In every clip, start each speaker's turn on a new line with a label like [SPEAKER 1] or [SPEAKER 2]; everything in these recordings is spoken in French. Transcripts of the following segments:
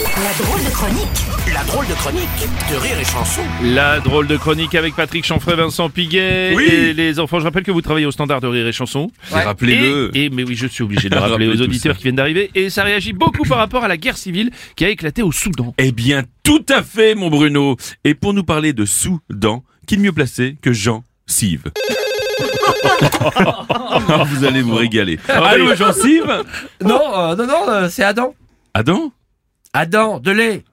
[SPEAKER 1] La drôle de chronique
[SPEAKER 2] La drôle de chronique de Rire et Chanson.
[SPEAKER 3] La drôle de chronique avec Patrick Chanfray, Vincent Piguet
[SPEAKER 4] Oui.
[SPEAKER 3] et les enfants. Je rappelle que vous travaillez au standard de rire et chanson.
[SPEAKER 4] Et Rappelez-le.
[SPEAKER 3] Et, et- mais oui, je suis obligé de le rappeler
[SPEAKER 4] Rappelez
[SPEAKER 3] aux
[SPEAKER 4] tout
[SPEAKER 3] auditeurs
[SPEAKER 4] ça.
[SPEAKER 3] qui viennent d'arriver. Et ça réagit beaucoup par rapport à la guerre civile qui a éclaté au Soudan.
[SPEAKER 4] Eh bien, tout à fait, mon Bruno. Et pour nous parler de Soudan, qui de mieux placé que Jean Sive Vous allez vous régaler. Allô, Jean Sive Ah
[SPEAKER 5] Non, euh, non, non, euh, c'est Adam.
[SPEAKER 4] Adam
[SPEAKER 5] Adam Delay.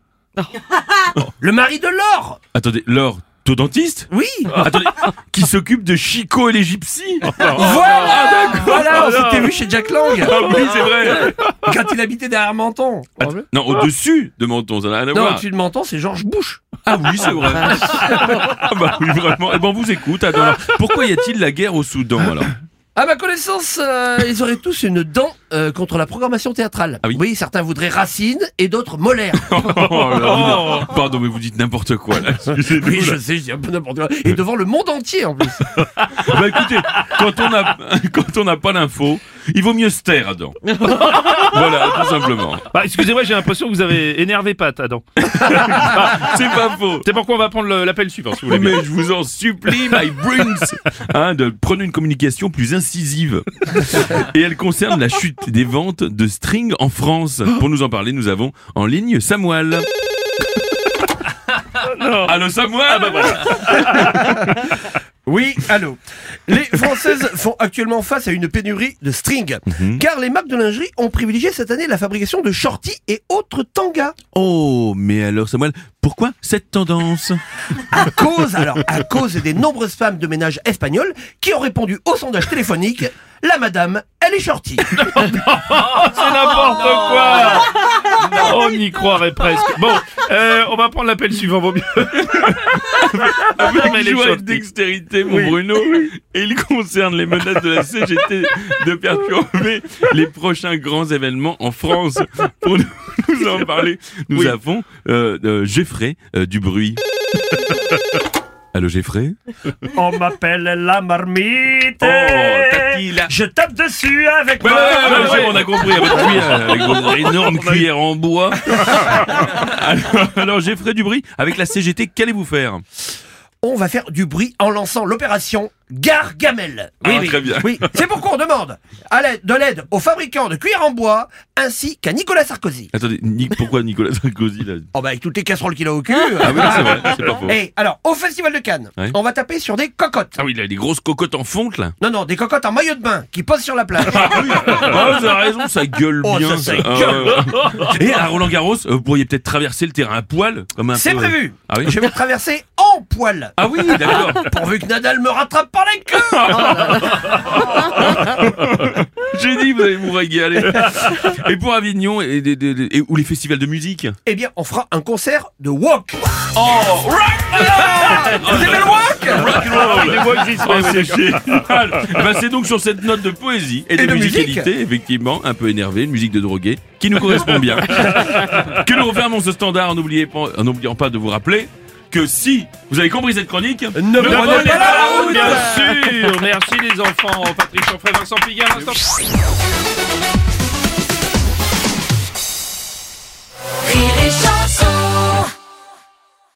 [SPEAKER 5] Le mari de Laure
[SPEAKER 4] Attendez, Laure, ton dentiste
[SPEAKER 5] Oui
[SPEAKER 4] Attendez, qui s'occupe de Chico et les Gypsies
[SPEAKER 5] Voilà Voilà, on s'était vu chez Jack Lang
[SPEAKER 4] Ah oui, c'est vrai
[SPEAKER 5] quand il habitait derrière Menton.
[SPEAKER 4] Att- Non, au-dessus de Menton, ça n'a rien à
[SPEAKER 5] Non,
[SPEAKER 4] voir.
[SPEAKER 5] au-dessus de Menton, c'est Georges Bush.
[SPEAKER 4] Ah oui, c'est vrai. ah bah oui, vraiment. Eh ben, on vous écoute, Adam. Alors, Pourquoi y a-t-il la guerre au Soudan, alors
[SPEAKER 5] À ma connaissance, euh, ils auraient tous une dent euh, contre la programmation théâtrale.
[SPEAKER 4] Ah oui.
[SPEAKER 5] certains voudraient Racine et d'autres Molaire.
[SPEAKER 4] Oh là là. Pardon, mais vous dites n'importe quoi, là. Excusez-nous,
[SPEAKER 5] oui,
[SPEAKER 4] là.
[SPEAKER 5] je sais, je dis un peu n'importe quoi. Et devant le monde entier, en plus.
[SPEAKER 4] Bah écoutez, quand on a quand on n'a pas l'info, il vaut mieux se taire, Adam. voilà, tout simplement.
[SPEAKER 3] Bah, excusez-moi, j'ai l'impression que vous avez énervé Pat, Adam.
[SPEAKER 4] C'est pas faux.
[SPEAKER 3] C'est pourquoi on va prendre le- l'appel suivant, si vous voulez bien.
[SPEAKER 4] Mais je vous en supplie, my brains, hein, de prendre une communication plus incisive. Et elle concerne la chute des ventes de string en France. Pour nous en parler, nous avons en ligne Samuel.
[SPEAKER 3] Ah,
[SPEAKER 4] Allô Samuel
[SPEAKER 3] bah,
[SPEAKER 5] Oui, allô. Les Françaises font actuellement face à une pénurie de string,
[SPEAKER 4] Mhm.
[SPEAKER 5] car les marques de lingerie ont privilégié cette année la fabrication de shorties et autres tangas.
[SPEAKER 4] Oh, mais alors Samuel, pourquoi cette tendance
[SPEAKER 5] À cause, alors, à cause des nombreuses femmes de ménage espagnoles qui ont répondu au sondage téléphonique, la madame, elle est shortie.
[SPEAKER 3] C'est n'importe quoi On y croirait presque. Bon, euh, on va prendre l'appel suivant, vaut mieux.
[SPEAKER 4] avec Ah,
[SPEAKER 3] Mais les
[SPEAKER 4] joie et
[SPEAKER 3] choses-
[SPEAKER 4] dextérité, mon Bruno. Et il concerne les menaces de la CGT de perturber les prochains grands événements en France. Pour nous, nous en parler, nous avons euh, euh, Geoffrey euh, du bruit. Allô Geoffrey
[SPEAKER 6] On m'appelle la marmite.
[SPEAKER 5] Oh.
[SPEAKER 4] là
[SPEAKER 6] Je tape dessus avec
[SPEAKER 4] Ouais, ouais,
[SPEAKER 6] ma
[SPEAKER 4] ouais, ouais, ouais, on a compris, avec votre cuillère, avec votre énorme cuillère en bois. alors, alors, Geoffrey Dubry, avec la CGT, qu'allez-vous faire
[SPEAKER 5] On va faire du bruit en lançant l'opération Gargamel.
[SPEAKER 4] Ah, très bien.
[SPEAKER 5] Oui, c'est pourquoi on demande à l'aide- de l'aide aux fabricants de cuir en bois ainsi qu'à Nicolas Sarkozy.
[SPEAKER 4] Attendez, Nick, pourquoi Nicolas Sarkozy là
[SPEAKER 5] Oh bah avec toutes les casseroles qu'il a au cul.
[SPEAKER 4] Ah oui, c'est vrai, c'est pas faux.
[SPEAKER 5] Et alors, au Festival de Cannes,
[SPEAKER 4] Ouais.
[SPEAKER 5] on va taper sur des cocottes.
[SPEAKER 4] Ah oui, il a des grosses cocottes en fonte là.
[SPEAKER 5] Non, non, des cocottes en maillot de bain qui posent sur la plage.
[SPEAKER 4] Ah, vous avez raison, ça gueule
[SPEAKER 5] Oh,
[SPEAKER 4] bien.
[SPEAKER 5] ça, ça
[SPEAKER 4] Ah, ouais. Et à Roland Garros, vous pourriez peut-être traverser le terrain à poil, comme un
[SPEAKER 5] C'est
[SPEAKER 4] peu-
[SPEAKER 5] prévu.
[SPEAKER 4] Ah oui.
[SPEAKER 5] Je vais traverser en poil.
[SPEAKER 4] Ah oui, d'accord.
[SPEAKER 5] Pourvu que Nadal me rattrape par la queue.
[SPEAKER 4] J'ai dit, vous allez vous régaler. Et pour Avignon et, des- des- des- et- ou les festivals de musique.
[SPEAKER 5] Eh bien, on fera un concert de walk. Oh, rock voilà Vous aimez le walk
[SPEAKER 4] Ah, c'est génial. Eh ben, c'est donc sur cette note de poésie et, de,
[SPEAKER 5] de musique.
[SPEAKER 4] musicalité, effectivement, un peu énervée, une musique de drogué, qui nous correspond bien, que nous refermons ce standard en n'oubliez pas- en n'oubliant pas de vous rappeler que si vous avez compris cette chronique,
[SPEAKER 5] Ne prenez
[SPEAKER 4] prenez
[SPEAKER 5] pas la
[SPEAKER 4] pas la
[SPEAKER 5] route.
[SPEAKER 3] Bien sûr Merci les enfants, Patrick Chanfray, Vincent Piguet, Vincent
[SPEAKER 1] La